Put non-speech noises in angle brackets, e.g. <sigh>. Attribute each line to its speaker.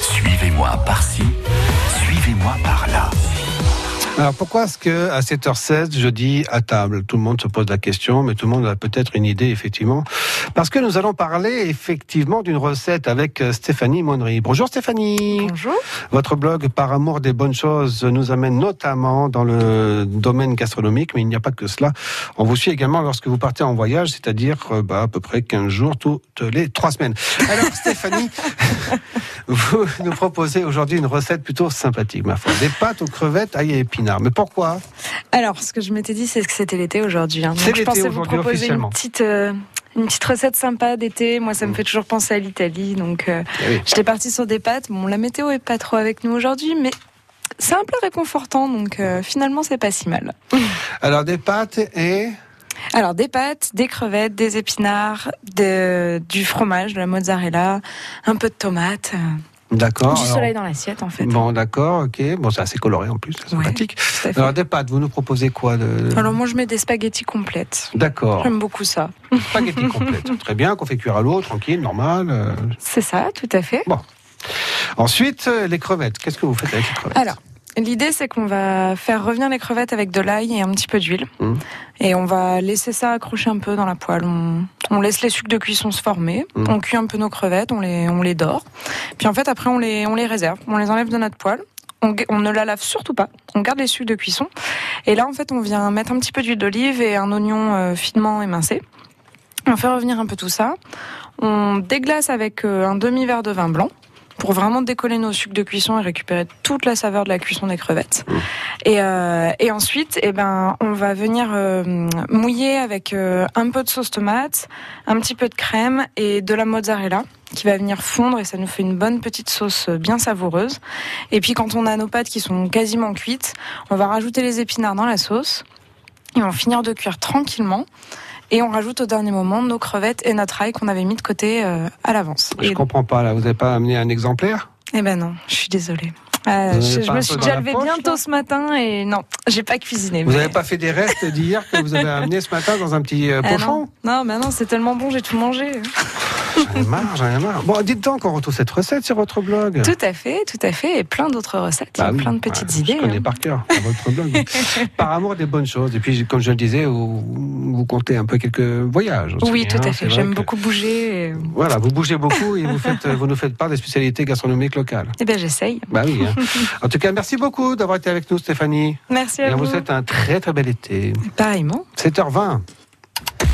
Speaker 1: Suivez-moi par-ci, suivez-moi par-là.
Speaker 2: Alors pourquoi est-ce que à 7h16 je dis à table Tout le monde se pose la question, mais tout le monde a peut-être une idée effectivement. Parce que nous allons parler effectivement d'une recette avec euh, Stéphanie Monnery. Bonjour Stéphanie.
Speaker 3: Bonjour.
Speaker 2: Votre blog Par amour des bonnes choses nous amène notamment dans le domaine gastronomique, mais il n'y a pas que cela. On vous suit également lorsque vous partez en voyage, c'est-à-dire euh, bah, à peu près 15 jours toutes les 3 semaines. Alors Stéphanie, vous nous proposez aujourd'hui une recette plutôt sympathique, ma foi. Des pâtes aux crevettes, ail et épinards. Mais pourquoi
Speaker 3: Alors, ce que je m'étais dit, c'est que c'était l'été aujourd'hui. hein.
Speaker 2: C'est
Speaker 3: Donc, je
Speaker 2: l'été
Speaker 3: pensais vous
Speaker 2: aujourd'hui,
Speaker 3: proposer
Speaker 2: officiellement.
Speaker 3: une petite, euh, une petite recette sympa d'été. Moi, ça me
Speaker 2: Mm.
Speaker 3: fait toujours penser à l'Italie. Donc, euh,
Speaker 2: Eh oui.
Speaker 3: j'étais partie sur des pâtes. Bon, la météo est pas trop avec nous aujourd'hui, mais c'est un plat réconfortant. Donc, euh, finalement, c'est pas si mal.
Speaker 2: Alors des pâtes et...
Speaker 3: Alors, des pâtes, des crevettes, des épinards, de- du fromage, de la mozzarella, un peu de tomate, euh,
Speaker 2: D'accord.
Speaker 3: du
Speaker 2: Ah, alors-
Speaker 3: soleil dans l'assiette, en fait.
Speaker 2: Bon, d'accord, ok. Bon, c'est assez coloré en plus, c'est
Speaker 3: Ouais.
Speaker 2: sympathique.
Speaker 3: Tout à fait.
Speaker 2: Alors, des pâtes, vous nous proposez quoi de...
Speaker 3: Alors, moi, je mets des spaghettis complètes.
Speaker 2: D'accord,
Speaker 3: J'aime beaucoup ça.
Speaker 2: spaghetti
Speaker 3: <laughs>
Speaker 2: complète. Très bien, qu'on fait cuire à l'eau, tranquille, normal. euh.
Speaker 3: C'est ça, tout à fait.
Speaker 2: Ensuite, euh, les crevettes. Qu'est-ce que vous faites avec les crevettes
Speaker 3: Alors, l'idée, c'est qu'on va faire revenir les crevettes avec de l'ail et un petit peu d'huile.
Speaker 2: Mhm.
Speaker 3: Et on va laisser ça accrocher un peu dans la poêle. On, on laisse les sucs de cuisson se former.
Speaker 2: Mhm.
Speaker 3: On cuit un peu nos crevettes, on les, on les dore. Puis en fait, après, on les, on les réserve. On les enlève de notre poêle. On, ga- on ne la lave surtout pas. On garde les sucs de cuisson. Et là, en fait, on vient mettre un petit peu d'huile d'olive et un oignon euh, finement émincé. On fait revenir un peu tout ça. On déglace avec euh, un demi-verre de vin blanc pour vraiment décoller nos sucs de cuisson et récupérer toute la saveur de la cuisson des crevettes. Et, euh, et ensuite, eh ben, on va venir euh, mouiller avec euh, un peu de sauce tomate, un petit peu de crème et de la mozzarella qui va venir fondre et ça nous fait une bonne petite sauce euh, bien savoureuse. Et puis quand on a nos pâtes qui sont quasiment cuites, on va rajouter les épinards dans la sauce et on va finir de cuire tranquillement. Et on rajoute au dernier moment nos crevettes et notre ail qu'on avait mis de côté euh, à l'avance.
Speaker 2: Je
Speaker 3: Et
Speaker 2: comprends pas, là, vous n'avez pas amené un exemplaire
Speaker 3: eh ben non, je suis désolée.
Speaker 2: Vous
Speaker 3: Euh,
Speaker 2: avez
Speaker 3: je
Speaker 2: pas
Speaker 3: je
Speaker 2: un
Speaker 3: me
Speaker 2: peu
Speaker 3: suis
Speaker 2: dans
Speaker 3: déjà
Speaker 2: la
Speaker 3: levée
Speaker 2: poche,
Speaker 3: bien
Speaker 2: là
Speaker 3: tôt ce matin et non, j'ai pas cuisiné.
Speaker 2: Vous
Speaker 3: mais-
Speaker 2: n'avez pas fait des restes d'hier que vous avez amené ce matin dans un petit euh,
Speaker 3: Ah
Speaker 2: pochon
Speaker 3: non. non, mais non, c'est tellement bon, j'ai tout mangé.
Speaker 2: J'en ai marre, j'en ai marre. Bon, dites donc qu'on retrouve cette recette sur votre blog.
Speaker 3: Tout à fait, tout à fait, et plein d'autres recettes,
Speaker 2: Ah. Bah
Speaker 3: il y a
Speaker 2: oui,
Speaker 3: plein de
Speaker 2: bah,
Speaker 3: petites
Speaker 2: Je
Speaker 3: idées.
Speaker 2: connais
Speaker 3: hein.
Speaker 2: par cœur à votre
Speaker 3: <laughs>
Speaker 2: blog. par amour des bonnes choses. Et puis, comme je le disais, vous, vous comptez un peu quelques voyages. aussi,
Speaker 3: Oui, tout
Speaker 2: hein.
Speaker 3: à
Speaker 2: C'est
Speaker 3: fait.
Speaker 2: vrai
Speaker 3: J'aime
Speaker 2: que-
Speaker 3: beaucoup bouger. Et,
Speaker 2: Voilà, vous bougez beaucoup et vous, faites, vous nous faites part des spécialités gastronomiques locales.
Speaker 3: eh ben, j'essaye.
Speaker 2: Bah oui.
Speaker 3: <laughs>
Speaker 2: hein. En tout cas, merci beaucoup d'avoir été avec nous, Stéphanie.
Speaker 3: Merci
Speaker 2: Et
Speaker 3: à
Speaker 2: on vous
Speaker 3: vous.
Speaker 2: souhaite un très très bel été.
Speaker 3: Pareillement.
Speaker 2: 7h20.